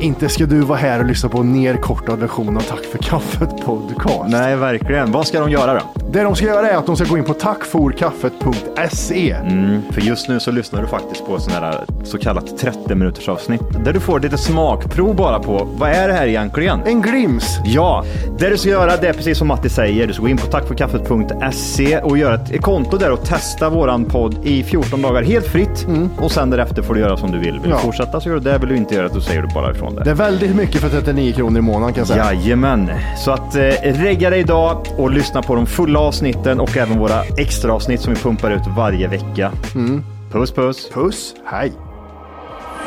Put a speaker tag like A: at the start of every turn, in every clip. A: inte ska du vara här och lyssna på en nerkortad version av Tack för kaffet podcast.
B: Nej, verkligen. Vad ska de göra då?
A: Det de ska göra är att de ska gå in på tackforkaffet.se.
C: Mm.
B: Mm, För just nu så lyssnar du faktiskt på sån här så kallat 30 minuters avsnitt där du får lite smakprov bara på vad är det här egentligen?
A: En glims.
B: Ja, det du ska göra det är precis som Matti säger. Du ska gå in på tackforkaffet.se E och göra ett konto där och testa våran podd i 14 dagar helt fritt. Och sen därefter får du göra som du vill. Vill
A: Ja.
B: du fortsätta så gör du det. Vill du inte göra det så säger du bara ifrån det.
A: Det är väldigt mycket för 39 kronor i månaden kan jag säga.
B: Jajamän, så att eh, regga dig idag och lyssna på de fulla avsnitten och även våra extra avsnitt som vi pumpar ut varje vecka. Puss puss!
A: Puss, hej.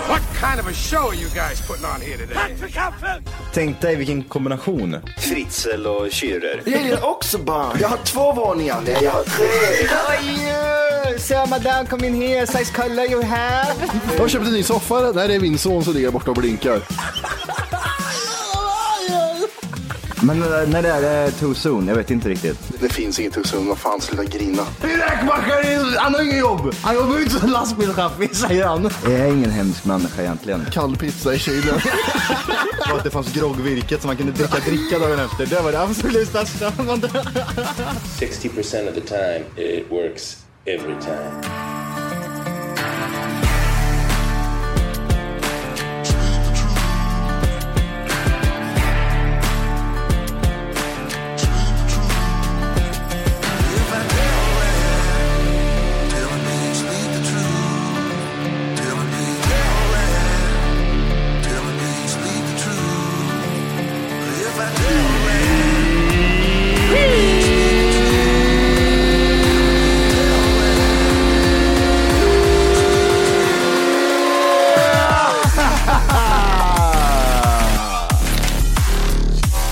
D: What kind of a show are you guys putting on here today?
E: Tänk dig vilken kombination. Fritzl och Schürrer.
C: Jag är också barn. Jag har två våningar. Nej, jag har tre.
F: Sir, madame, come in here. Size color you have.
A: Jag har köpt en ny soffa. Där är min son som ligger borta och blinkar.
E: Men eh, när det är det too soon? Jag vet inte riktigt.
C: Det finns inget hus. Vad fan, sluta grina.
A: Räkmackaren, han har inget jobb. Han jobbar inte som lastbilschaffis, säger han.
E: Jag är ingen hemsk människa egentligen.
A: Kall pizza i kylen.
G: Och att det fanns groggvirket som man kunde dricka dricka dagen efter. Det var det absolut största.
H: 60% of the time, it works every time.
A: Ah!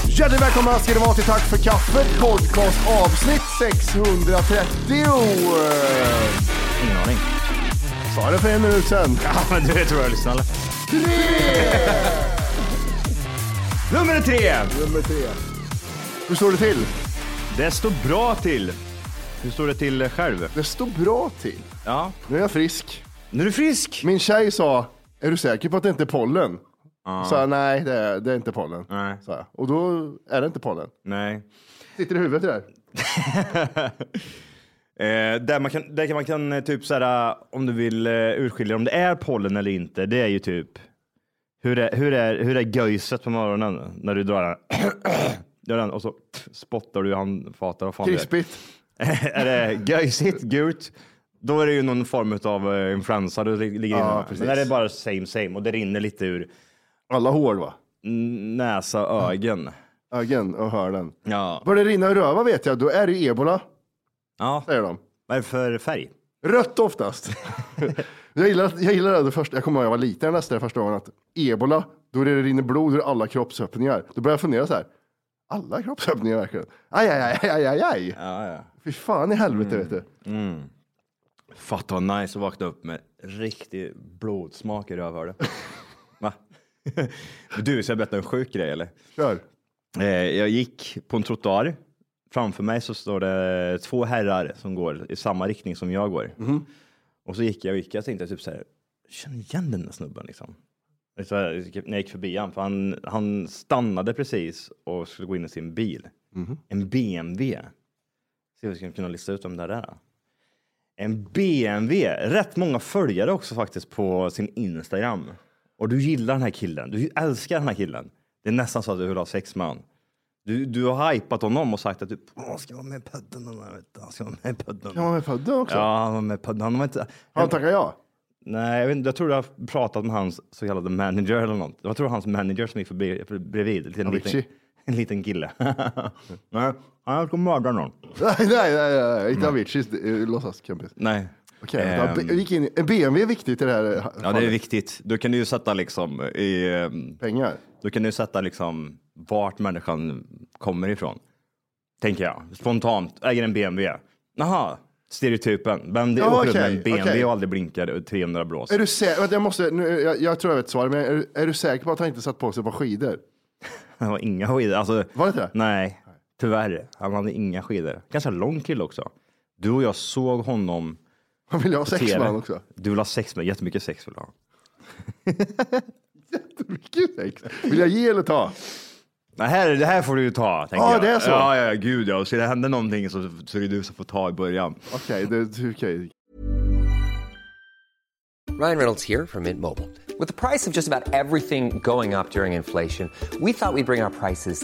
A: Hjärtligt välkomna ska ni vara till Tack för kaffet podcast avsnitt 630.
B: Ingen aning.
A: Sa det för en minut sedan.
B: Ja, men du vet hur jag lyssnar eller? Tre! Nummer tre!
A: Nummer tre. Hur står det till?
B: Det står bra till. Hur står det till själv?
A: Det står bra till.
B: Ja.
A: Nu är jag frisk.
B: Nu är du frisk!
A: Min tjej sa, är du säker på att det inte är pollen? Sa jag, nej det är, det är inte pollen.
B: Nej.
A: Sa jag. Och då är det inte pollen.
B: Nej.
A: Sitter i huvudet det där.
B: Eh, där man kan, där kan man kan eh, typ såhär, om du vill eh, urskilja om det är pollen eller inte, det är ju typ hur är, hur är, hur är göjset på morgonen när du drar den, drar den och så spottar du i handfatet. vad fan det är.
A: Krispigt.
B: är det göjsigt, gult, då är det ju någon form av eh, influensa du li- ligger inne med.
A: precis.
B: Men där är det bara same same och det rinner lite ur
A: Alla hår va?
B: n- näsa, ögon.
A: Ögon och hörlen.
B: Ja.
A: Börjar det rinna ur röva vet jag, då är det ju ebola,
B: ja.
A: säger de.
B: Vad är det för färg?
A: Rött oftast. jag, gillar, att- jag gillar det första, jag kommer ihåg jag var liten jag läste det första gången att ebola, då är det det rinner blod ur alla kroppsöppningar. Då börjar jag fundera så här, alla kroppsöppningar verkligen? Aj, aj, aj, aj, aj, aj.
B: Ja, ja.
A: Fy fan i helvete vet du.
B: Fatta vad nice att vakna upp med riktig blodsmak i rövhålet. Va? du, ska jag berätta en sjuk grej eller?
A: Kör.
B: Eh, Jag gick på en trottoar. Framför mig så står det två herrar som går i samma riktning som jag går. Och så gick jag och gick. Jag tänkte typ så här, jag känner igen den där snubben liksom. Så här, typ, när jag gick förbi han, för han, han stannade precis och skulle gå in i sin bil. En BMW. Se om vi ska kunna lista ut om det där är. En BMW. Rätt många följare också faktiskt på sin Instagram. Och du gillar den här killen. Du älskar den här killen. Det är nästan så att du vill ha sex med han. Du, du har hypat honom och sagt att du "Åh, han ska vara med i podden. och han vet- Han ska vara med i podden.
A: Kan man med födda också?
B: Ja, han var med på han var inte...
A: Han tackar ja.
B: Nej, jag, vet, inte, jag tror jag har pratat med hans så kallade manager eller något. Jag tror hans manager som gick förbi, för, bredvid. En liten,
A: Avicii.
B: en liten kille. Nej, han ska mörda någon.
A: Nej, nej, nej, nej, inte Aviciis eh, låtsaskompis.
B: Nej.
A: Okej,
B: Mm. Ehm,
A: vänta, vi gick in i- en BMW är viktigt i det här eh,
B: ja, det är
A: fallet.
B: viktigt. Då kan du ju sätta liksom i... ehm,
A: pengar.
B: Då kan du sätta liksom vart människan kommer ifrån. Tänker jag. Spontant. Äger en BMW. Jaha, stereotypen. Vem det
A: Ja,
B: åker runt med
A: okej,
B: en BMW
A: okej.
B: och aldrig blinkar och 300 blås.
A: Är du säker? vänta, Jag, måste, nu, jag, jag tror jag vet svar, men är, du- är du säker på att han inte satt på sig ett par skidor?
B: Han har inga skidor. Alltså,
A: Var det inte det?
B: Nej, tyvärr. Han hade inga skidor. Ganska lång kille också. Du och jag såg honom
A: Han ville ha
B: på
A: sex
B: TV.
A: med han också.
B: Du vill ha sex med Jättemycket sex vill du ha.
A: Vilken sex? Vill jag ge eller ta?
B: Det här, det här får du ju ta, tänker
A: Ja,
B: jag.
A: det är så.
B: Ja, ja, ja, gud ja. Och så det händer någonting så, så är det du som får ta i början.
A: Okej, okay, okej.
I: Ryan Reynolds here from Mint Mobile. With the price of just about everything going up during inflation, we thought we'd bring our prices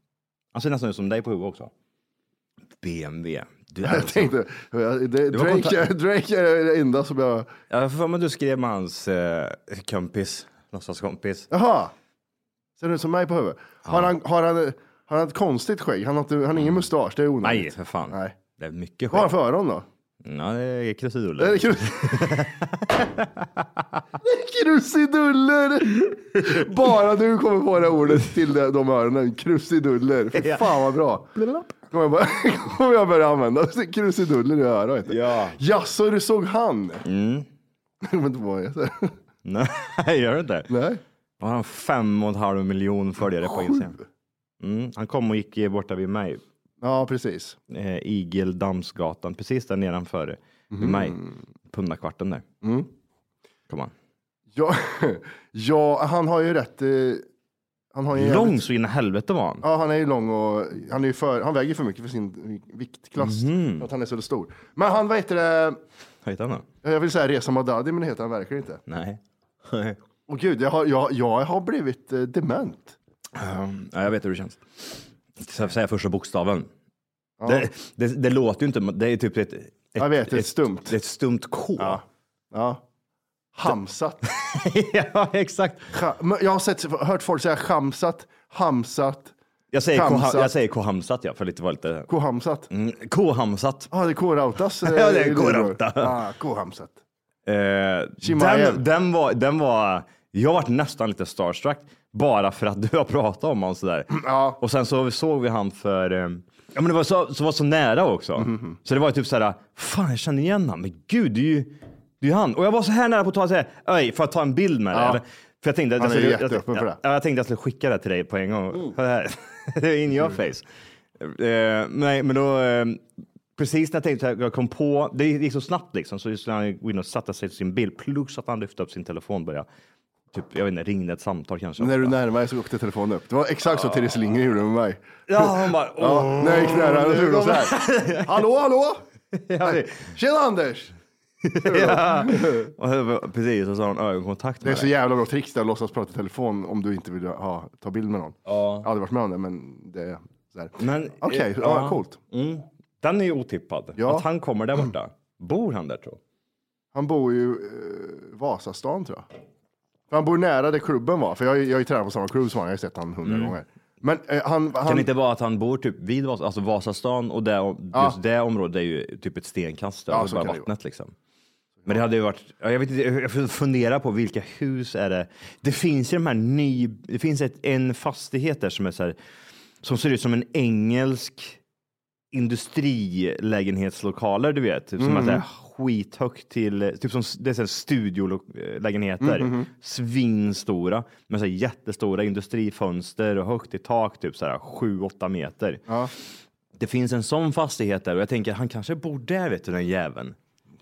B: Han ser nästan ut som dig på huvudet också. BMW. Du, alltså-
A: Jag tänkte, det,
B: var
A: Drake, är- Drake är det enda som jag...
B: Jag har för mig att du skrev med hans eh, kompis, låtsaskompis.
A: Jaha! Ser du ut som mig på huvudet? Har, han, har, han, har han ett konstigt skägg? Han har, inte, han har ingen mustasch, det är onödigt.
B: Mm. Nej, för fan.
A: Nej.
B: Det är mycket
A: Vad har han
B: skägg.
A: för öron då?
B: Ja, det är
A: Det är
B: krusiduller.
A: krus... krusiduller! Bara du kommer på det här ordet till de de öronen. Krusiduller. Fy fan vad bra. Kommer jag, bara, kommer jag börja använda krusiduller i öronet.
B: Ja.
A: Jaså, du såg han? Mm. Men det var jag så här.
B: Nej, gör det inte?
A: Nej.
B: Och han har fem och en halv miljon följare på Instagram. Mm, han kom och gick eh, borta vid mig,
A: Ja, precis.
B: eh, Igeldammsgatan, precis där nedanför eh, vid
A: Mm.
B: mig. Pundakvarten där. Mm. Kom han.
A: Ja, ja, han har ju rätt. eh, Han har ju jävligt-
B: Lång så in i helvete var han.
A: Ja, han är ju lång och han, är ju för, han väger för mycket för sin viktklass.
B: Mhm.
A: För att han är så stor. Men han, vad heter det?
B: Vad heter han då?
A: Jag vill säga Reza Madadi, men det heter han verkligen inte.
B: Nej.
A: Och gud, jag har, jag, jag har blivit eh, dement.
B: Ja, jag vet hur det känns. Ska jag säga första bokstaven? Det, det, det låter ju inte, det är typ ett, ett,
A: Jag vet, det är stumt.
B: Det är ett stumt K. Ja,
A: Ja. Hamsat.
B: exakt.
A: Cha- men Jag har sett, hört folk säga chamsat, hamsat,
B: Jag säger, K,
A: Kamsat.
B: jag säger K-hamsat, ja, för lite var lite...
A: kohamsat. Ja,
B: Mm, K-hamsat.
A: ah, det är korautas. eh,
B: Ja, det är
A: i Luleå.
B: korauta.
A: Ah, kohamsat.
B: Eh,
A: Chimaev.
B: den, den, var, den var... Jag vart nästan lite starstruck bara för att du har pratat om honom sådär.
A: Mm, Ja.
B: Och sen så såg vi han för... eh, Ja, men det var så, så, var så nära också.
A: Mm,
B: Så det var ju typ såhär, fan jag känner igen honom, men gud det är ju, det är ju han. Och jag var så här nära på att ta säga, öj, får jag ta en bild med dig?
A: Ja.
B: Eller, för jag tänkte, att
A: Han
B: jag
A: är ju
B: skulle- jag,
A: jätteöppen för det. Mm.
B: Ja, jag tänkte att jag skulle skicka det till dig på en gång. Så här. det är in your face. Eh, nej, men då, eh, precis när jag tänkte, jag kom på, det gick så snabbt liksom, så just när han gick in och satte sig till sin bil, plus att han lyfte upp sin telefon började, typ, jag vet inte, ringde ett samtal kanske.
A: När du närmade dig så åkte telefonen upp. Det var exakt så Therese Lindgren gjorde med mig.
B: Ah. Ja, han bara,
A: Ja,
B: åh.
A: när jag gick nära henne så gjorde hon så här. Hallå, hallå!
B: Ja, det-
A: Tjena Anders!
B: ja. Och så var- Precis, och så har hon ögonkontakt
A: Det är
B: med
A: så
B: dig.
A: jävla bra tricks där att låtsas prata i telefon om du inte vill ha, ta bild med någon. Jag har aldrig varit med om det, men det är så här.
B: Men- eh,
A: Okej, ja,
B: ja.
A: coolt.
B: Den är ju otippad.
A: Ja.
B: Att han kommer där borta. Bor han där tror
A: Han bor ju eh, Vasastan tror jag. För han bor nära där klubben var, för jag, har ju- jag har ju tränat på samma klubb som han, jag har ju sett han hundra gånger. Men eh, han, han,
B: Mm. Kan det inte vara att han bor typ vid Vas alltså Vasastan och det, just
A: Ja.
B: det området är ju typ ett stenkast
A: Ja,
B: över
A: så
B: bara
A: kan det ju
B: vattnet liksom. Men det hade ju varit, ja, jag vet inte, jag funderar på vilka hus är det? Det finns ju de här ny, det finns ett, en fastighet där som är så här, som ser ut som en engelsk industrilägenhetslokaler, du vet. Typ Som att det
A: Mm.
B: är skithögt till, typ som det är så här
A: Mm,
B: studiolägenheter. Svinstora, med så här jättestora industrifönster och högt i tak, typ så här 7-8 meter. Det finns en sån fastighet där och jag tänker han kanske bor där, vet du, den jäveln.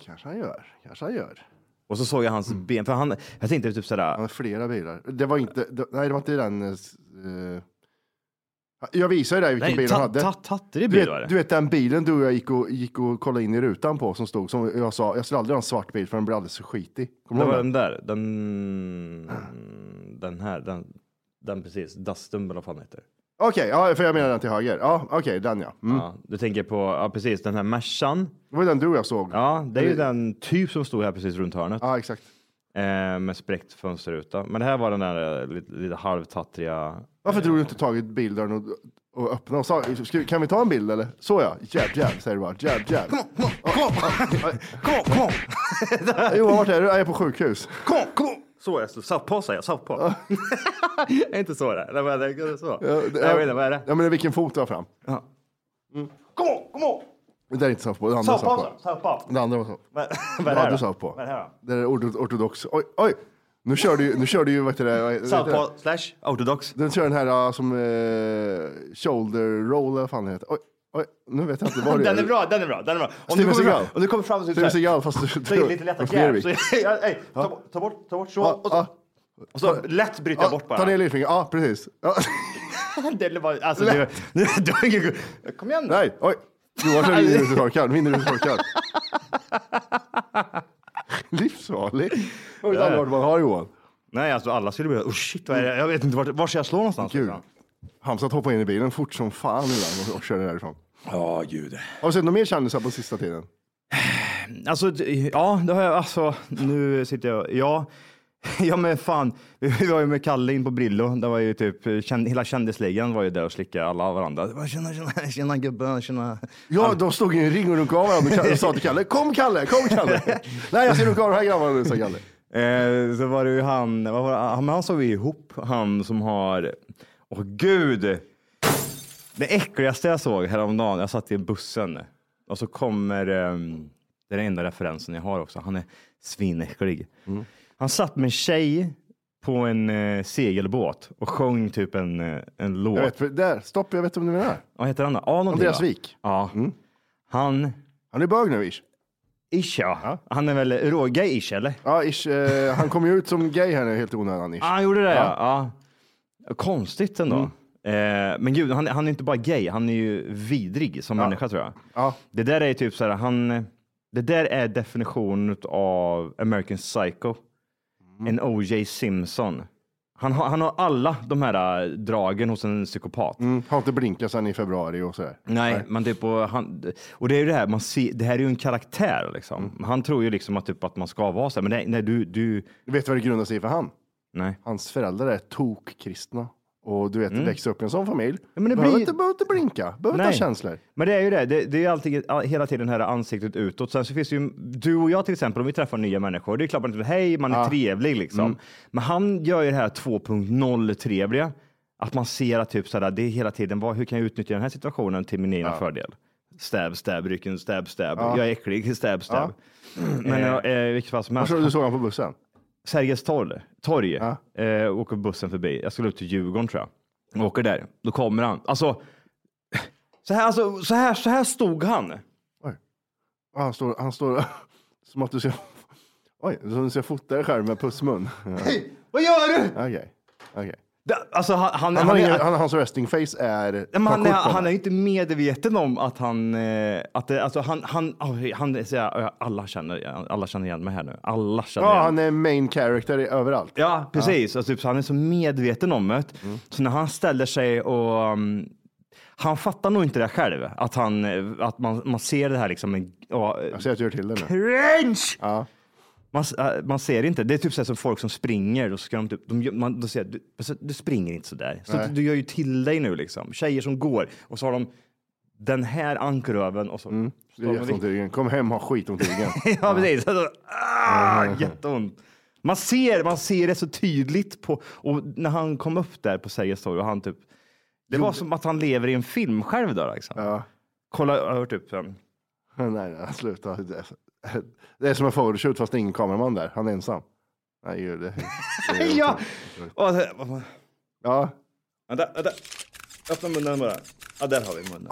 A: Kanske han gör, kanske han gör.
B: Och så såg jag hans ben, för han, jag tänkte typ
A: Mm. Han
B: sådär,
A: har flera bilar. Det var inte, det, nej det var inte den... eh, s- eh, jag visade dig vilken
B: nej,
A: bil han hade.
B: tattade
A: Du
B: i bil var det.
A: vet, du vet den bilen du och jag gick och, gick och kollade in i rutan på som stod, som jag sa, jag skulle aldrig ha en svart bil för den blir alldeles för skitig. Kommer
B: det
A: du
B: var
A: ihåg den?
B: den där, den, den här, den, Den precis, Dustin eller vad fan heter.
A: Okej, ja, för jag menar den till höger. Ja, okej, den ja. Mm.
B: Ja, du tänker på, ja precis, den här Mercan.
A: Det var ju den du och jag såg.
B: Ja, det är ju den typ som stod här precis runt hörnet.
A: Ja, exakt.
B: Eh, med spräckt fönsterruta. Men det här var den där eh, lite, lite halvtattriga.
A: Varför drog du inte tagit bilden och, och öppnade och sa, "Ska- kan vi ta en bild eller? Så ja, jab jab säger du bara, jab jab.
B: Kom on, kom on!
A: Johan, vart är du? Jag är på sjukhus.
B: Kom on, kom on! Så jag stod, southpaw säger jag, southpaw. är inte så det? Det var det, det är så.
A: det-
B: jag vet inte, vad är det?
A: Ja, men vilken fot du har fram.
B: Kom on, kom on!
A: Det där är inte softball, det andra är
B: Southpaw,
A: softball.
B: sa- southpaw.
A: Det andra var så.
B: Vad vad
A: Det
B: är det
A: hade
B: här
A: du
B: då?
A: softball.
B: Vad är det här då?
A: Det där är ordo- ortodox. Oj, oj! Nu kör du ju, nu kör du ju, vad heter det? vad heter det?
B: Southpaw slash ortodox.
A: Den kör den här ah, som eh, shoulder roll, eller vad fan det heter. Oj, oj, nu vet jag inte vad det
B: Den är bra, den är bra, den är bra. Om du
A: Steven
B: kommer
A: Seagal.
B: fram, om du kommer fram så är
A: Steven
B: det så här,
A: Seagal, fast du...
B: så är det lite lätta
A: fast ner
B: knä.
A: i.
B: Så, ja, ej, ta, bort- ta bort, ta bort så.
A: Ja,
B: Och så,
A: ja,
B: och så lätt bryter jag
A: ja,
B: bort bara.
A: ta ner lillfingret, ja precis. Ja,
B: Det är bara, alltså, det, var- nu, du har ingen... Kom igen nu.
A: nej, oj! Johan kör vindrutetorkaren, vindrutetorkaren. Livsfarlig. Jag vet aldrig vart man har Johan.
B: Nej, alltså alla skulle bli, oh shit, vad är det? Jag vet inte, vart, var ska jag slå någonstans?
A: Gud.
B: liksom?
A: Hamsat hoppade in i bilen fort som fan ibland och- och körde därifrån.
B: Ja, gud.
A: Har du sett några mer kändisar på sista tiden?
B: Alltså, d- ja, det har jag, alltså, nu sitter jag, ja. Ja men fan, vi var ju med Kalle in på Brillo. Det var ju typ, känd, hela kändisligan var ju där och slickade alla varandra. Det var, Tjena, tjena, tjena gubben, tjena.
A: Ja, de stod i en ring och runkade av varandra och sa till Kalle, kom Kalle, kom Kalle. Nej, jag ska runka av de här grabbarna nu, sa Kalle.
B: Eh, så var det ju han, vad var det? han, men han såg vi ihop, han som har, åh gud. Det äckligaste jag såg häromdagen, jag satt i bussen och så kommer, ehm, det är den enda referensen jag har också, han är svinäcklig.
A: Mm.
B: Han satt med en tjej på en eh, segelbåt och sjöng typ en, eh, en låt.
A: Jag vet, för- där, stopp, jag vet om du menar.
B: Vad heter han då? Ja, någonting,
A: Andreas
B: va?
A: Wik. Mm.
B: Ja. Han,
A: Han är bög nu, ish.
B: ish ja. Han är väl rågay ish eller?
A: Ja, ish. Eh, han kom ju ut som gay här nu helt i onödan, ish.
B: Ja, han gjorde det ja. Ja. Konstigt ändå. Eh, men gud, han, han är inte bara gay, han är ju vidrig som människa tror jag.
A: Ja.
B: Det där är typ så här, han, det där är definitionen av American Psycho. En O.J. Simpson. Han har, han har alla de här eh, dragen hos en psykopat.
A: Mm, har inte blinkat sedan i februari och sådär.
B: Nej, men typ, och, han, och det är ju det här, man ser, det här är ju en karaktär liksom. Han tror ju liksom att, typ, att man ska vara så här, men nej, nej du, du,
A: Du vet vad det grundar sig i för han?
B: nej.
A: Hans föräldrar är tokkristna. Och du vet, växa upp i en sån familj.
B: Mm. Ja, men det
A: behöver,
B: blir-
A: inte, behöver inte blinka, behöver inte ha
B: Nej.
A: känslor.
B: Men det är ju det, det, det är ju alltid, hela tiden det här ansiktet utåt. Sen så finns det ju, du och jag till exempel, om vi träffar nya människor, det är klart man inte, hej, man är trevlig liksom. Men han gör ju det här 2.0 trevliga, att man ser att typ sådär, det är hela tiden, vad, hur kan jag utnyttja den här situationen till min egna fördel? Stab, stab, rycken, stab, stab. Jag är äcklig, stab, stab. Men eh, eh, vilket fall som
A: Jag
B: helst.
A: tror du såg honom på bussen.
B: Sergels torg, torg eh, åker bussen förbi. Jag skulle ut till Djurgården tror jag. Jag åker där, då kommer han. Alltså, så här, alltså, så här, så här stod han.
A: Ja, Han står, han står som att du ska... Oj, som du ska fota dig själv med pussmun. Ja,
B: Vad gör du?
A: Okej. okej.
B: Det- Alltså, han, han,
A: Han har
B: han,
A: ingen-
B: är,
A: han, hans resting face är...
B: Ja, men
A: ta
B: han, är,
A: kort på
B: han är
A: mig.
B: ju inte medveten om att han, eh, att det, alltså han, han, oj, han, så jag- alla känner, alla känner igen mig här nu. Alla känner
A: Ja,
B: igen
A: han är main character i- överallt.
B: Ja, precis. Alltså, typ, så han är så medveten om det.
A: Mm.
B: Så när han ställer sig och... um, han fattar nog inte det själv, att, han, eh, att man, man ser det här liksom... en- ja, eh,
A: Jag ser att du gör till det nu.
B: Cringe!
A: Ja.
B: Man, s- eh, man ser inte. Det är typ så här som folk som springer. Och så ska de typ, de, gör- man, då säger jag, du, alltså, du springer inte så där. Så att du gör ju till dig nu liksom. Tjejer som går och så har de den här ankröven och så...
A: Mm. Det är jätteont i ryggen. Kom hem, ha skitont i ryggen.
B: Ja, precis. Alltså, ah, jätteont. Man ser, man ser det så tydligt på, och när han kom upp där på Sergels torg och han typ, det var som att han lever i en film själv då liksom.
A: Ja.
B: Kolla, jag har typ, um,
A: nej, nej, sluta. Det är- Det är som en photoshoot fast det är ingen kameraman där. Han är ensam. Nej, gud, det. det är-
B: ja! Och, så- vad fan.
A: ja.
B: vänta, vänta. Öppna munnen bara. Ja, där har vi
A: Ah,
B: munnen.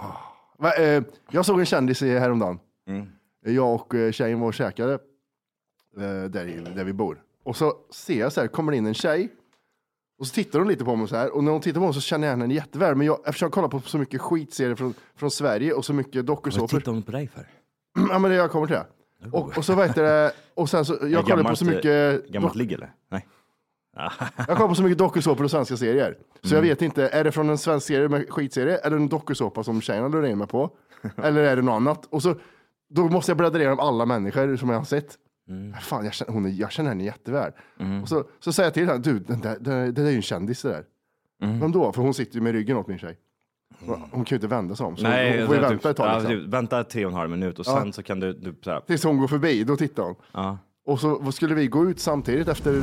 A: Va, eh, jag såg en kändis i- häromdagen. Jag och eh, tjejen var och käkade eh, där, i- där vi bor. Och så ser jag så här, kommer det in en tjej. Och så tittar hon lite på mig så här. Och när hon tittar på mig så känner jag henne jätteväl. Men jag, eftersom jag kollar på så mycket skitserier från, från Sverige och så mycket dokusåpor.
B: hon på dig för?
A: ja, men det jag kommer till det.
B: eh,
A: Och, och så vet det. Och sen så, jag kollar på så mycket...
B: Gammalt ligg eller? Nej.
A: Jag kollar på så mycket dokusåpor och svenska serier. Så
B: Mm.
A: jag vet inte, är det från en svensk serie med skitserie eller en dokusåpa som tjejerna lurar in mig på? Eller är det något annat? Och så, då måste jag bläddra igenom alla människor som jag har sett.
B: Mm.
A: Äh, Fan, jag känner, hon är, jag känner henne jätteväl. Och så, så säger jag till henne, du, den där, den, det där är ju en kändis det där.
B: Mm.
A: Vem då? För hon sitter ju med ryggen åt min tjej. Hon kan ju inte vända sig om, så hon får ju
B: så
A: vänta ett tag.
B: ja,
A: Liksom.
B: typ, vänta tre och en halv minut och
A: Ja.
B: sen så kan du, du så här,
A: Tills hon går förbi, då tittar hon.
B: ja.
A: Och så vad skulle vi gå ut samtidigt efter...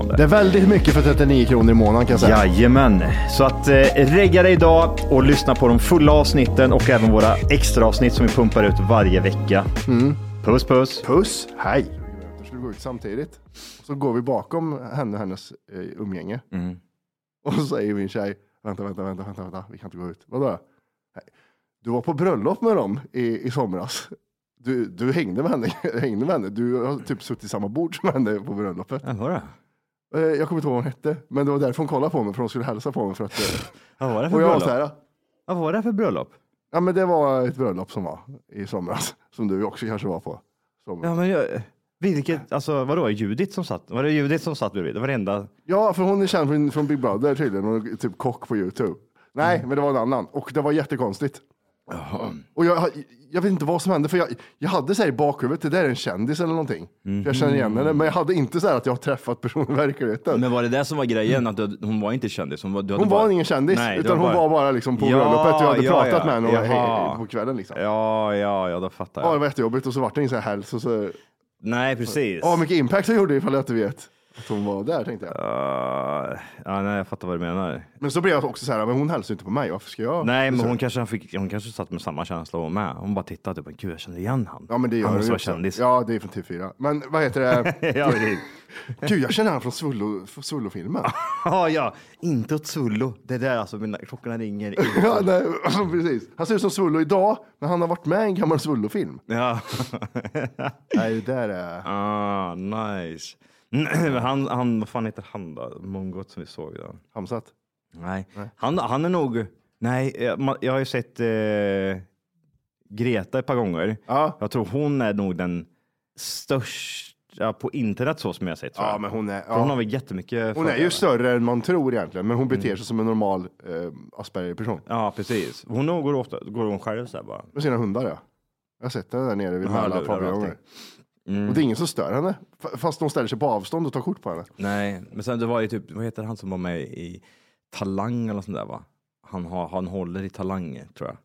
G: det.
A: Det är väldigt mycket för 39 kronor i månaden kan jag säga.
G: Jajamän, så att eh, regga dig idag och lyssna på de fulla avsnitten och även våra extra avsnitt som vi pumpar ut varje vecka. Puss Mm. puss!
A: Puss, hej. Då skulle vi gå ut samtidigt. Så går vi bakom henne och hennes eh, umgänge. Och så säger min tjej, vänta, vänta, vänta, vänta, vänta, vi kan inte gå ut. Vadå? Nej. Du var på bröllop med dem i, i somras. Du, du hängde, med henne, hängde med henne. Du har typ suttit i samma bord som henne på bröllopet.
B: Ja, vad var det?
A: Eh, Jag kommer inte ihåg vad hon hette, men det var därför hon kollade på mig, för hon skulle hälsa på mig. För att, eh,
B: Vad var det för
A: och jag var
B: bröllop?
A: så här,
B: Vad var det för bröllop?
A: ja men det var ett bröllop som var i somras, som du också kanske var på. Som,
B: Ja, men jag, vilket, alltså vadå, Judit som satt? Var det Judit som satt bredvid? Det var det enda.
A: Ja, för hon är känd från, från Big Brother tydligen. Hon är typ kock på YouTube. Nej,
B: Mm.
A: men det var en annan. Och det var jättekonstigt. Och jag, jag vet inte vad som hände, för jag, jag hade så här i bakhuvudet, det där är en kändis eller någonting. För jag känner igen
B: Mhm.
A: henne, men jag hade inte så här att jag har träffat personen i verkligheten.
B: Men var det det som var grejen? Att du, hon var inte kändis? Hon var, du hade
A: hon var ingen kändis,
B: Nej, det
A: utan hon var bara liksom på
B: Ja,
A: bröllopet och jag hade
B: ja,
A: pratat
B: ja.
A: med henne och
B: Jaha.
A: hej, på kvällen. Liksom. Ja.
B: Ja, ja, ja, då fattar jag.
A: det var jättejobbigt och så vart det ingen så här häls. och så-
B: Nej, precis.
A: Ja, mycket impact jag gjorde ifall jag inte vet att hon var där, tänkte jag.
B: Ah, ja, nej, jag fattar vad du menar.
A: Men så blev jag också så här, men hon hälsar ju inte på mig, varför ska jag?
B: Nej, men
A: Så-
B: hon kanske, fick, hon kanske satt med samma känsla hon med. Hon bara tittade typ, gud jag känner igen han.
A: Ja, men det gör
B: han
A: hon
B: måste
A: ju
B: vara
A: också.
B: kändis.
A: Ja, det är från TV4. Men vad heter det?
B: ja, det-
A: Gud, jag känner han från Svullo- från Svullo-filmen.
B: ja, ja, inte åt Sullo. Det där alltså, mina, klockorna ringer.
A: ja, nej, alltså, precis. Han ser ut som Svullo idag, men han har varit med i en gammal Svullo-film.
B: ja.
A: Nej, det där är...
B: ah, nice. Men han, han, vad fan heter han då? Mongot som vi såg då.
A: Hamsat.
B: Nej, Han, han är nog... Nej, jag, ma- jag har ju sett eh, Greta ett par gånger.
A: Ja.
B: Jag tror hon är nog den största på internet så som jag har sett. tror
A: Ja,
B: jag.
A: men hon är-
B: För Hon
A: ja.
B: har Mm. väl jättemycket
A: Hon är
B: följare.
A: ju större än man tror egentligen, men hon beter sig som en normal eh, Asperger-person.
B: Ja, precis. Hon nog går, ofta, går hon själv så här bara.
A: Med sina hundar, ja. Jag har sett henne där nere vid
B: Ja, lurar
A: alla
B: och Mm.
A: paviljonger. Och det är ingen som stör henne, fa- fast de ställer sig på avstånd och tar kort på henne.
B: Nej, men sen det var ju typ, vad heter han som var med i Talang eller något sånt där va? Han, har, han håller i Talang, tror jag.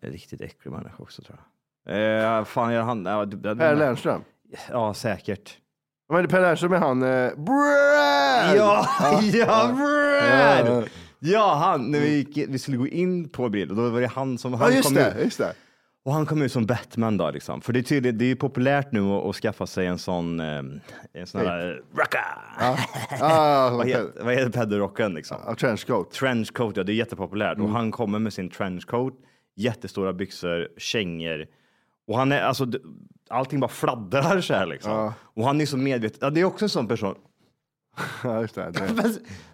B: En riktigt äcklig människa också, tror jag. Eh, fan, gör han... Ja, du-
A: Per Lernström.
B: ja, säkert.
A: Men Per Lernström är han... Eh, Brad!
B: Ja, ja,
A: Ja.
B: Brad! Ja, han, när vi, gick, vi skulle gå in på bild, och då var det han som han
A: ja, just
B: kom
A: det.
B: ut.
A: Just det.
B: Och han kom ut som Batman då liksom. För det är tydligt, det är ju populärt nu att, att skaffa sig en sån, eh, en sån här, rocka!
A: Ah,
B: vad, heter, vad heter pedderrocken liksom?
A: Ja, trenchcoat.
B: Trenchcoat, ja det är jättepopulärt.
A: Mm.
B: Och han kommer med sin trenchcoat, jättestora byxor, kängor. Och han är, alltså, d- allting bara fladdrar så här liksom. Och han är så medveten, ja, det är också en sån person.
A: Ja, just det. det.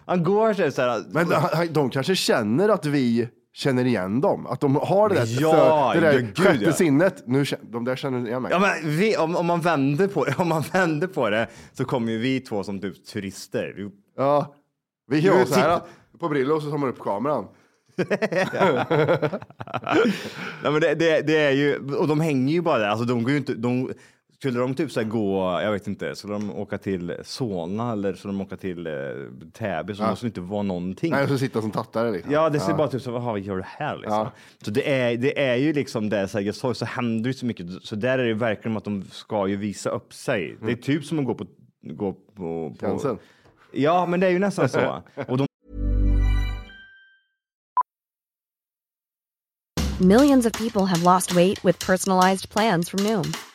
B: Han går så här, så här
A: Men han- han- de kanske känner att vi känner igen dem. Att de har det där,
B: Ja,
A: för- det där
B: ja, gud,
A: sjätte
B: ja.
A: sinnet. Nu, kän- de där känner igen mig.
B: Ja, men vi, om, om, man vänder på det, om man vänder på det så kommer ju vi två som typ turister. Vi,
A: Ja. Vi gör
B: Jo,
A: så här på Brillo och så tar man upp kameran.
B: nej, men det, det, det är ju, och de hänger ju bara där. Alltså, de går ju inte, de, skulle de typ så här gå, jag vet inte, skulle de åka till Solna eller skulle de åka till eh, Täby så måste det inte vara någonting.
A: Nej, så sitter som tattare. Liksom.
B: Ja, det ser bara ut som, vad gör du här liksom?
A: Ja.
B: Så det är, det är ju liksom där Sergels torg så händer ju så mycket. Så där är det ju verkligen att de ska ju visa upp sig. Det
A: Mm.
B: är typ som att gå på... Gå på, på
A: Skansen.
B: ja, men det är ju nästan så. Och de
J: Millions of people have lost weight with personalized plans from Noom,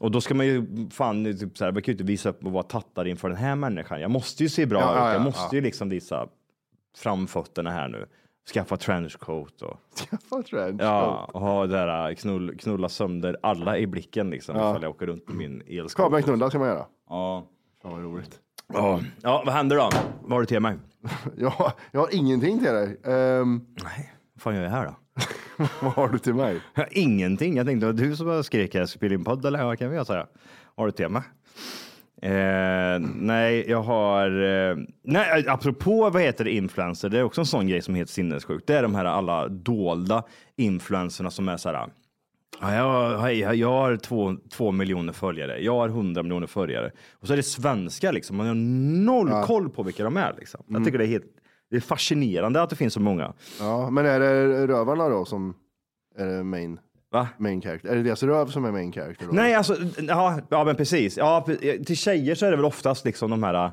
B: Och då ska man ju fan, det är typ så här, man kan ju inte visa upp och vara tattare inför den här människan. Jag måste ju se bra
A: Ja,
B: ut.
A: ja, ja,
B: jag
A: ja.
B: måste ju liksom visa framfötterna här nu. Skaffa trenchcoat och,
A: Skaffa trenchcoat.
B: ja, och ha det där äh, knull, knulla sönder alla i blicken liksom.
A: Ja.
B: Ifall jag åker runt med min elskåp.
A: Kameran knulla ska man göra.
B: Ja.
A: Fan vad roligt.
B: Ja. ja, vad händer då? Vad har du till mig?
A: Jag, jag har ingenting till dig. Ehm,
B: Vad fan gör jag här då?
A: vad har du till mig?
B: Ingenting. Jag tänkte, det var du som bara skrek här, spela in podd eller vad kan vi göra? Så här. Har du ett tema? Eh, nej, jag har... Eh, nej, apropå vad heter det, influencer, det är också en sån grej som är helt sinnessjuk. Det är de här alla dolda influencerna som är så här. Ja, jag, hej, jag har två, två miljoner följare, jag har hundra miljoner följare. Och så är det svenskar liksom, man har noll koll på vilka de är. Liksom. Jag tycker det är helt det är fascinerande att det finns så många.
A: Ja, men är det rövarna då som är det main?
B: Va?
A: Main character? Är det deras röv som är main character? Då?
B: Nej, alltså, ja, ja men precis. Ja, pre- till tjejer så är det väl oftast liksom de här ä,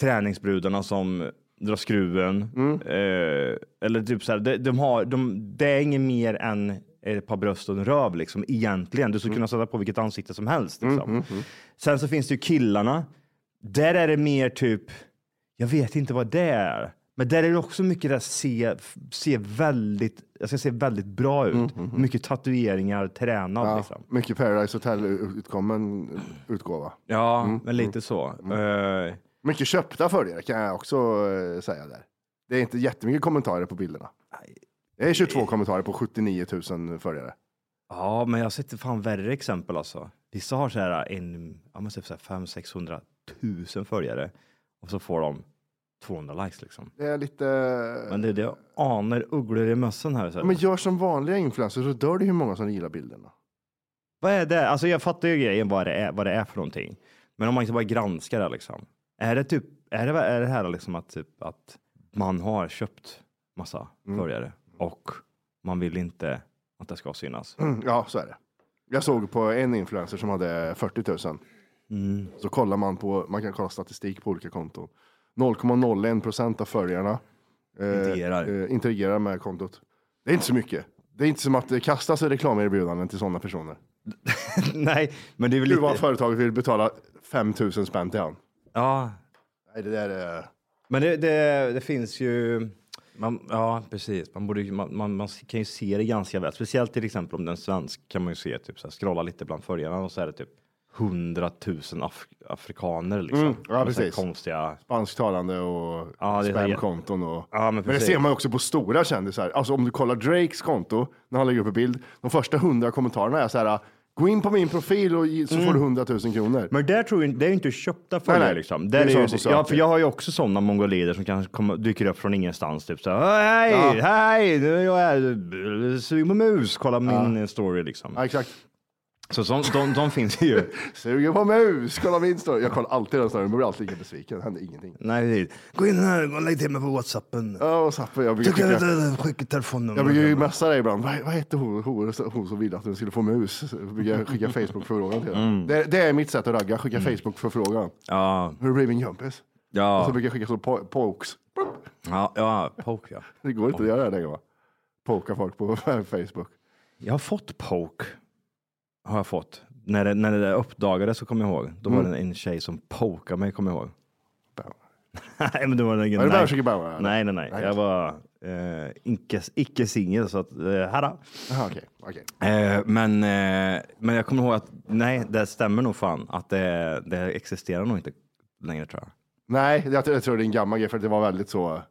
B: träningsbrudarna som drar skruven. Eh, eller typ så här, de, de har, de, det är inget mer än ett par bröst och en röv liksom egentligen. Du skulle kunna sätta på vilket ansikte som helst. Liksom. Sen så finns det ju killarna. Där är det mer typ, jag vet inte vad det är. Men där är det också mycket där se, se väldigt, jag ska se väldigt bra ut. Mycket tatueringar, tränad
A: Ja,
B: liksom.
A: mycket Paradise Hotel-utkommen utgåva.
B: Ja,
A: Mm,
B: men lite så. Eh,
A: Mycket köpta följare kan jag också eh, säga där. Det är inte jättemycket kommentarer på bilderna. Det är 22 kommentarer på 79 000 följare.
B: ja, men jag har sett fan värre exempel alltså. Vissa har så här en, ja men typ så här 500-600 tusen följare och så får de 200 likes liksom.
A: Det är lite...
B: Men det är det jag anar ugglor i mössan här. Så
A: Ja,
B: här.
A: Men gör som vanliga influencers så dör det hur många som gillar bilderna.
B: Vad är det? Alltså jag fattar ju grejen vad det är, vad det är för någonting. Men om man inte bara granskar det liksom. Är det typ, är det, är det här liksom att, typ, att man har köpt massa
A: Mm.
B: följare och man vill inte att det ska synas?
A: Mm, Ja, så är det. Jag såg på en influencer som hade 40 000. Så kollar man på, man kan kolla statistik på olika konton. 0,01 procent av följarna eh,
B: Interagerar.
A: eh, interagerar med kontot. Det är inte så mycket. Det är inte som att det kastas reklamerbjudanden till sådana personer.
B: Nej, men det är väl
A: Skulle
B: lite...
A: vara företaget vill betala 5 000 spänn till han.
B: Ja,
A: Nej, det där är...
B: Men det, det, det finns ju... Man, ja, precis. Man, borde, ju- man, man, man kan ju se det ganska väl. Speciellt till exempel om den är svensk kan man ju se, typ så här, scrolla lite bland följarna och så är det typ hundratusen af, afrikaner liksom.
A: Mm, ja,
B: Med så här
A: precis.
B: Konstiga...
A: Spansktalande och
B: Ja, det är-
A: spamkonton. Och...
B: Ja, men
A: men, det
B: precis.
A: ser man ju också på stora kändisar. Alltså om du kollar Drakes konto, när han lägger upp en bild, de första hundra kommentarerna är så här, gå in på min profil och ge- så får du hundratusen kronor.
B: Mm. Men där tror jag, det är ju inte köpta
A: Nej,
B: följare
A: nej.
B: liksom.
A: Det är
B: Där är
A: sådana
B: ju,
A: som söker.
B: ja, för jag har ju också sådana mongolider som kanske kommer, dyker upp från ingenstans. Typ så här, hej,
A: Ja.
B: hej, nu är jag här, sugen på mus, kolla min story liksom.
A: Ja, exakt.
B: Så de, de, de finns ju.
A: Suger på mus, kolla min story. Jag kollar alltid den storyn, men blir alltid lika besviken. Det händer ingenting.
B: Nej, precis. Gå in här och lägg till mig på Whatsappen.
A: Ja, och Zappe, jag brukar
B: Tycker Mm. jag
A: skicka,
B: att skicka
A: jag brukar ju
B: telefonnumret.
A: messa dig ibland. Vad, vad hette hon, hon, hon som ville att hon skulle få mus? Jag brukar skicka Facebook-förfrågan till henne. Det, det är mitt sätt att ragga, skicka Facebook-förfrågan.
B: Mm. Ja,
A: Hur blir min jumpis? Och så
B: ja, alltså-
A: brukar jag skicka så po- pokes.
B: ja, ja, poke ja.
A: Det går inte att göra det längre va? Poka folk på Facebook.
B: Jag har fått poke. Har jag fått. När det, när det där uppdagades så kommer jag ihåg. Då var det en tjej som pokade mig, kommer jag ihåg. nej, men det var en
A: Är du
B: nej.
A: världsuppgivare?
B: nej, nej, nej. Jag var Eh, icke, icke singel, så att, eh, hada.
A: Aha, okej, okej.
B: Eh, men, eh, men jag kommer ihåg att, nej, det stämmer nog fan att det, det existerar nog inte längre tror jag.
A: Nej, jag, jag tror det är en gammal grej för det var väldigt så.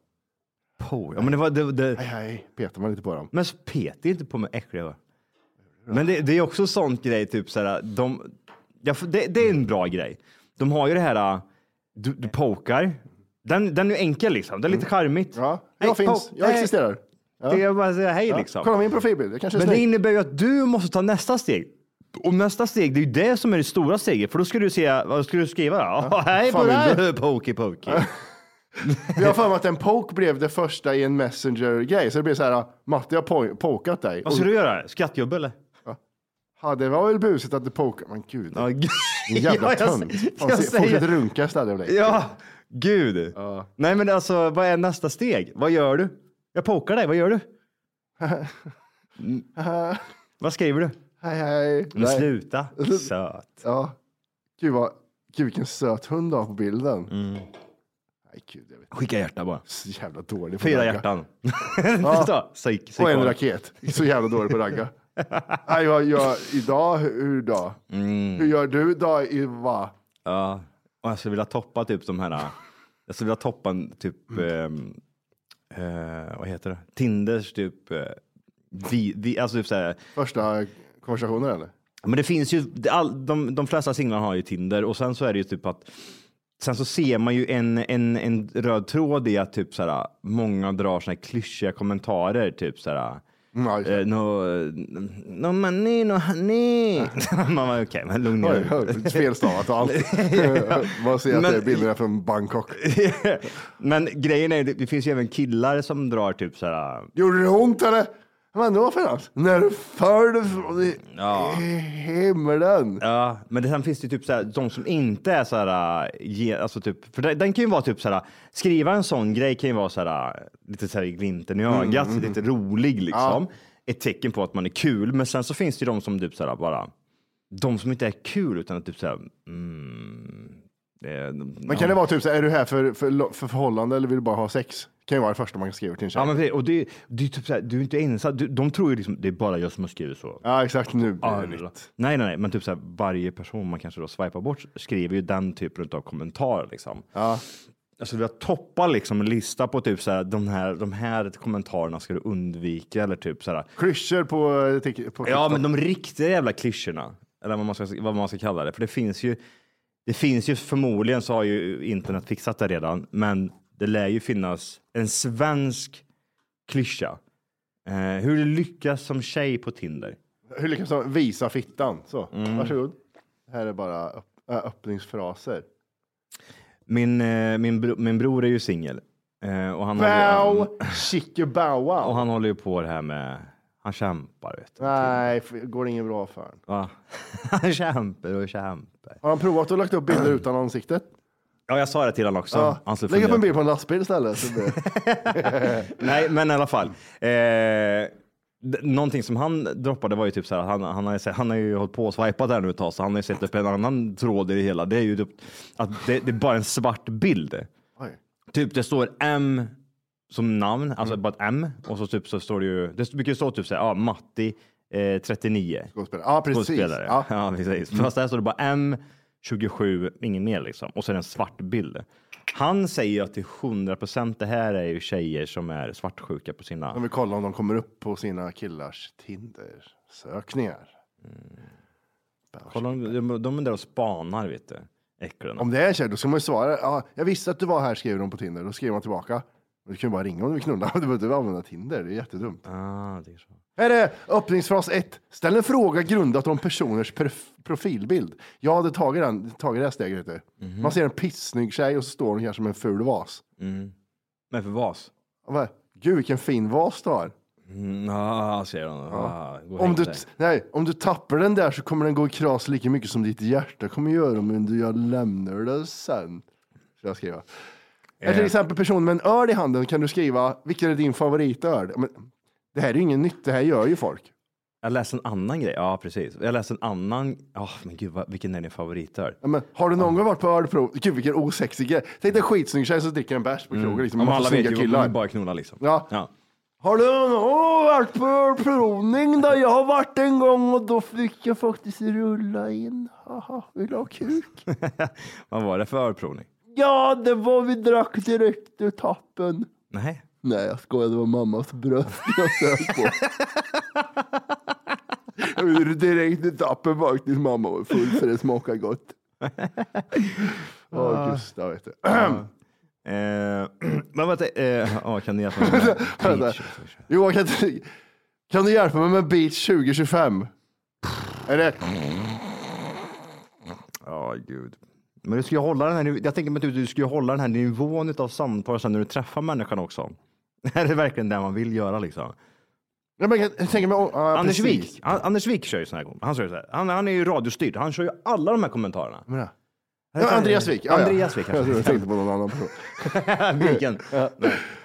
B: Po, ja, men det var, det, det...
A: Hej, hej, petar man lite på dem.
B: Men så peta inte på mig äckliga. va? Men det, det är också sånt grej, typ så här, de, ja, för det, det är en bra grej. De har ju det här, äh, du, du pokar. Den, den är ju enkel liksom, den är lite charmigt. Ja,
A: Mm. Jag finns, jag existerar. Ja.
B: Det är bara att säga hej
A: Ja,
B: liksom.
A: Kolla min profilbild, jag kanske är
B: Men det
A: snygg.
B: innebär ju att du måste ta nästa steg. Och nästa steg, det är ju det som är det stora steget, för då ska du se, vad ska du skriva då? Ja, hej på
A: fan vill
B: dig! Pokey pokey.
A: Jag har för mig att en poke blev det första i en messenger-grej. Så det blev så här, "Ah, Matte jag har po- pokat dig.
B: Vad ska du göra? Skattjobb eller?
A: Ja, det var väl busigt att du pokade. Men gud.
B: Ja, g-
A: En jävla
B: Ja, jag
A: tönt.
B: s-
A: Fan,
B: jag
A: se-
B: säger-
A: Fortsätt runka istället. Blake.
B: Ja, gud. Nej, men alltså, vad är nästa steg? Vad gör du? Jag pokar dig, vad gör du? Mm, vad skriver du?
A: Hej, hej.
B: Men
A: Nej.
B: sluta. Söt.
A: Ja. Gud, vad, gud vilken söt hund du har på bilden.
B: Mm.
A: Nej, gud, jag vet.
B: Skicka hjärta bara.
A: Så jävla dålig på
B: Fyra
A: ragga.
B: hjärtan.
A: Ja.
B: Psyk, psyk,
A: Och en raket. Så jävla dålig på ragga. Nej, jag, jag, idag, hur hur då?
B: Mm.
A: Hur gör du idag? I, va?
B: Ja, och jag skulle vilja toppa typ de här. Jag skulle vilja toppa en typ,
A: Mm.
B: ehm, eh, vad heter det? Tinders typ, eh, vi, vi, alltså typ så här.
A: Första konversationen eller?
B: Men det finns ju, det- all, de, de flesta singlarna har ju Tinder och sen så är det ju typ att Sen så ser man ju en, en, en röd tråd i att typ så här, många drar såna här klyschiga kommentarer, typ så här.
A: Mm,
B: eh, no, no money, no honey. Man bara, okej, men lugn
A: Oj,
B: ner
A: oj, Felstavat och allt. Man ser att det är
B: Men-
A: bilderna från Bangkok.
B: Men grejen är, det, det finns ju även killar som drar typ så här.
A: Gjorde det ont eller? Men då för allt? När du föll från i
B: Ja.
A: i himlen.
B: Ja, men det, sen finns det ju typ så här, de som inte är så här, äh, ge, alltså typ, för den, den kan ju vara typ så här, skriva en sån grej kan ju vara så här, äh, lite så här i glimten i ögat, lite rolig liksom. Ett tecken på att man är kul, men sen så finns det ju de som typ så här bara, de som inte är kul utan att typ så här, mm, eh,
A: Men kan det vara typ så här, är du här för, för, lo- för förhållande eller vill du bara ha sex? kan ju vara det första man kan skriva till en tjej.
B: Ja, men precis. och det, det är typ så här, du är inte ensam, du, de tror ju liksom, det är bara jag som har skrivit så.
A: Ja, exakt. Nu blir
B: Ja,
A: det
B: eller-
A: nytt.
B: Nej, nej, nej, men typ så här, varje person man kanske då swipar bort skriver ju den typen av kommentarer liksom.
A: Ja.
B: Alltså vi har toppat liksom en lista på typ så här, de här, de här kommentarerna ska du undvika eller typ så här.
A: Klyschor på, eh, tik- på
B: Ja,
A: TikTok.
B: men de riktiga jävla klyschorna eller vad man ska, vad man ska kalla det, för det finns ju. Det finns ju förmodligen så har ju internet fixat det redan, men det lär ju finnas en svensk klyscha. Eh, hur du lyckas som tjej på Tinder.
A: Hur lyckas man visa fittan? Så,
B: Mm.
A: varsågod. Här är bara öpp, äh, öppningsfraser.
B: Min, eh, min, bro, min bror är ju singel. eh, Och han, håller,
A: Bow, chicka bow
B: och
A: wow.
B: han håller ju på det här med, han kämpar vet du.
A: Nej, f- går det inget bra för han.
B: Va? Han kämpar och kämpar.
A: Har han provat att lagt upp bilder utan ansiktet?
B: Ja, jag sa det till honom också.
A: Ja.
B: Han skulle
A: Lägg upp en
B: fundera.
A: bild på en lastbil istället. Så blir det.
B: Nej, men i alla fall. Eh, d- någonting som han droppade var ju typ så här, han, han, har, ju, sett- han har ju hållit på och swipat där nu ett tag, så han har ju sett upp en annan tråd i det hela. Det är ju typ, att det, det är bara en svart bild.
A: Oj.
B: Typ det står M som namn, alltså bara ett M. Och så typ så står det ju, det brukar ju stå typ såhär, ja Matti eh, 39.
A: Skådespelare. Ja, precis.
B: Skådespelare.
A: Ja. Mm.
B: Ja. precis. Fast där står det bara M 27, ingen mer liksom. Och så är det en svart bild. Han säger ju att till 100 procent det här är ju tjejer som är svartsjuka på sina...
A: Om vi kollar om de kommer upp på sina killars Tinder-sökningar.
B: Kolla, de, de är där och spanar vet du. Äcklen.
A: Om det är en tjej, då ska man ju svara. Ja, jag visste att du var här, skriver de på Tinder. Då skriver man tillbaka. Men Du kan ju bara ringa om du vill knulla. Du behöver inte använda Tinder. Det är jättedumt.
B: Ah, det är så.
A: Här är öppningsfras 1. Ställ en fråga grundat om personers perf- profilbild. Jag hade tagit, den, tagit det här steget. Vet du. Man ser en pissnygg tjej och så står hon kanske som en ful vas.
B: Men för vas?
A: Och bara, Gud, vilken fin vas du har.
B: Mm, ah, säger han. Ah, gå och
A: Om
B: häng
A: du,
B: dig.
A: nej, om du tappar den där så kommer den gå i kras lika mycket som ditt hjärta kommer göra men du jag lämnar det sen. Ska jag skriva. Är
B: Eh.
A: till exempel person med en öl i handen kan du skriva vilken är din favoritöl? Men, det här är ju inget nytt, det här gör ju folk.
B: Jag läste en annan grej. Ja, precis. Jag läste en annan. ah men gud, vad, vilken är din favoritöl?
A: Ja, Men, har du någon gång varit på ölprov? Gud vilken osexig grej. Tänk dig en skitsnygg tjej som dricker en bärs på krogen. Liksom,
B: Om
A: massa
B: Mm. alla vet
A: snygga
B: ju vad man bara knulla liksom.
A: Ja.
B: Ja.
A: Har du någon varit på provning då? Jag har varit en gång och då fick jag faktiskt rulla in. Haha, vill du ha kuk?
B: Vad var det för ölprovning?
A: Ja, det var vi drack direkt ur tappen.
B: Nej.
A: Nej, jag skojar. Det var mammas bröst jag sög på. Jag gjorde direkt ur tappen faktiskt. Mamma var full så det smakade gott. Åh, Gustav vet du.
B: Eh, men vänta, eh, ja, kan ni hjälpa mig? med
A: Vänta.
B: Beach?
A: Johan, kan du, kan du hjälpa mig med Beach 2025? Är det...
B: Ja, gud. Men du ska ju hålla den här, nu- jag tänker mig att du- du ska ju hålla den här nivån av samtal sen när du träffar människan också. Är det verkligen det man vill göra liksom?
A: Ja, men jag tänker mig... Ja,
B: Anders
A: precis.
B: Wik, han, Anders Wik kör ju sån här gång. Han, kör ju så här. han, han är ju radiostyrd. Han kör ju alla de här kommentarerna.
A: Vem är det? Ja, Andreas Wik. Ja, ja.
B: Andreas Wik.
A: Jag, jag tänkte på någon annan person.
B: Viken. Nej.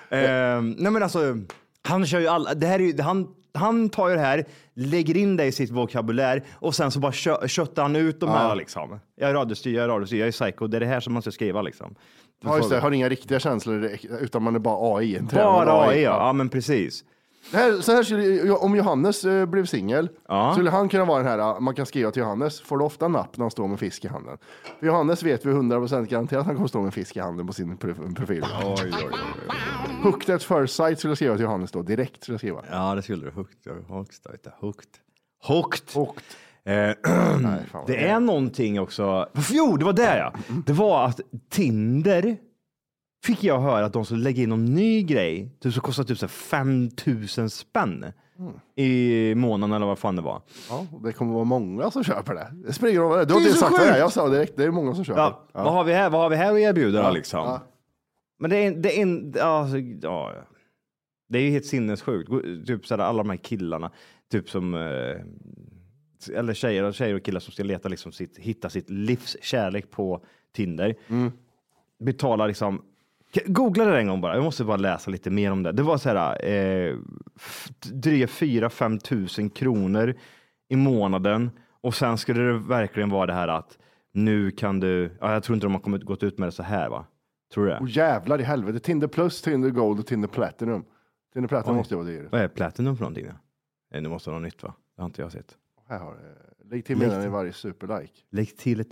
B: Ehm, nej men alltså, han kör ju alla, det här är ju, han, han tar ju det här, lägger in det i sitt vokabulär och sen så bara kö, köttar han ut de
A: Ja.
B: här liksom. Jag är radiostyrd, jag är radiostyrd, jag är psycho, det är det här som man ska skriva liksom.
A: Ja, just det. Har inga riktiga känslor utan man är bara AI. en tränad
B: Bara AI, ja. ja men precis.
A: Det här, så här skulle, ju- om Johannes eh, blev singel, så skulle han kunna vara den här, eh, man kan skriva till Johannes, får du ofta napp när han står med fisk i handen? För Johannes vet vi 100% garanterat att han kommer stå med fisk i handen på sin pro- profil.
B: Oj, oj, oj, oj.
A: Hooked at first sight skulle jag skriva till Johannes då, direkt skulle jag skriva.
B: Ja, det skulle du. Hooked, hooked, vet du. hooked. Hooked.
A: hooked.
B: Eh,
A: vad
B: det
A: det
B: är någonting också. Jo, det var det ja. Det var att Tinder fick jag höra att de skulle lägga in någon ny grej. Det skulle kosta typ så här 5 000 spänn
A: Mm.
B: i månaden eller vad fan det var.
A: Ja, och det kommer vara många som köper det. Det springer om det. Du har
B: Det är
A: inte
B: så
A: sagt det,
B: sjukt!
A: här, jag sa direkt, det är många som köper.
B: Ja,
A: Ja.
B: Vad, har vi här? vad har vi här att erbjuda då,
A: Ja,
B: liksom?
A: ja.
B: Men det är, det är en, alltså, ja, ja. det är ju helt sinnessjukt. Gå- Typ sådär, alla de här killarna, typ som, eh, eller tjejer, tjejer och killar som ska leta liksom sitt, hitta sitt livs kärlek på Tinder. Betalar liksom, googla det en gång bara, jag måste bara läsa lite mer om det. Det var såhär, eh, f- dryga 4-5 tusen kronor i månaden och sen skulle det verkligen vara det här att nu kan du, ja, jag tror inte de har kommit, gått ut med det så här va? Tror du det?
A: Och jävlar i helvete, Tinder plus, Tinder gold och Tinder platinum. Tinder platinum
B: Oj.
A: måste ju vara dyrare.
B: Vad är platinum för någonting? Ja? Nu måste det vara något nytt va? Det har inte jag sett.
A: Här har du. eh, Lägg till
B: Lägg
A: mellan i
B: till.
A: varje superlike.
B: Lägg till ett...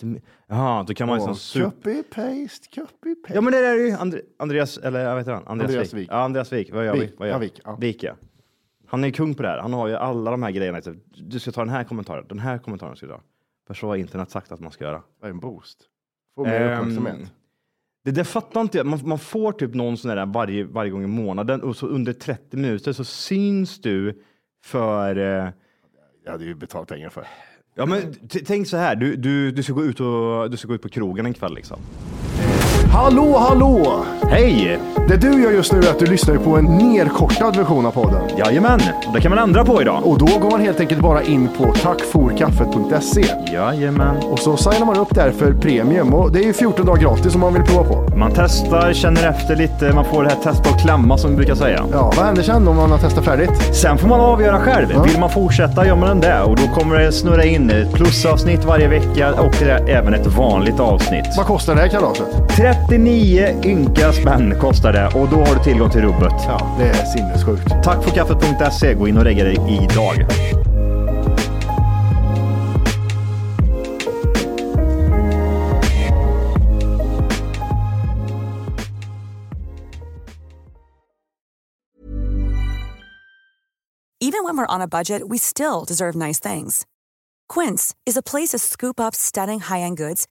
B: Jaha, då kan man ju som super...
A: Copy paste, copy paste.
B: Ja men det där är ju Andre- Andreas, eller jag vet inte han, Andreas,
A: Andreas
B: Wik.
A: Wik.
B: Ja, Andreas Wik. Vad gör
A: Wik.
B: vi? Vad gör
A: Ja,
B: vi?
A: Wik, ja.
B: Wik ja. Han är ju kung på det här. Han har ju alla de här grejerna. Typ, Du ska ta den här kommentaren, den här kommentaren ska du ta. För så har internet sagt att man ska göra.
A: Vad är en boost? Få mer
B: Ehm,
A: uppmärksamhet.
B: Det där fattar inte jag. Man, man får typ någon sån där varje, varje gång i månaden och så under 30 minuter så syns du för eh,
A: Jag hade ju betalat pengar för.
B: Ja, men t- tänk så här, du, du, du, ska gå ut och, du ska gå ut på krogen en kväll liksom.
A: Hallå, hallå!
G: Hej!
A: Det du gör just nu är att du lyssnar ju på en nedkortad version av podden.
G: Jajamän, det kan man ändra på idag.
A: Och då går man helt enkelt bara in på tackforkaffet.se.
G: Jajamän.
A: Och så signar man upp där för premium. Och det är ju 14 dagar gratis om man vill prova på.
G: Man testar, känner efter lite, man får det här testa och klämma som vi brukar säga.
A: Ja, vad händer sen om man har testat färdigt?
G: Sen får man avgöra själv. Vill man fortsätta gör man den där och då kommer det snurra in ett plusavsnitt varje vecka och det är även ett vanligt avsnitt.
A: Vad kostar det här kalaset?
G: 39 ynka spänn kostar det och då har du tillgång till rubbet.
A: Ja, det är sinnessjukt.
G: Tack för kaffet.se. E. Gå in och lägg dig idag.
K: Even when we're on a budget, we still deserve nice things. Quince is a place to scoop up stunning high end goods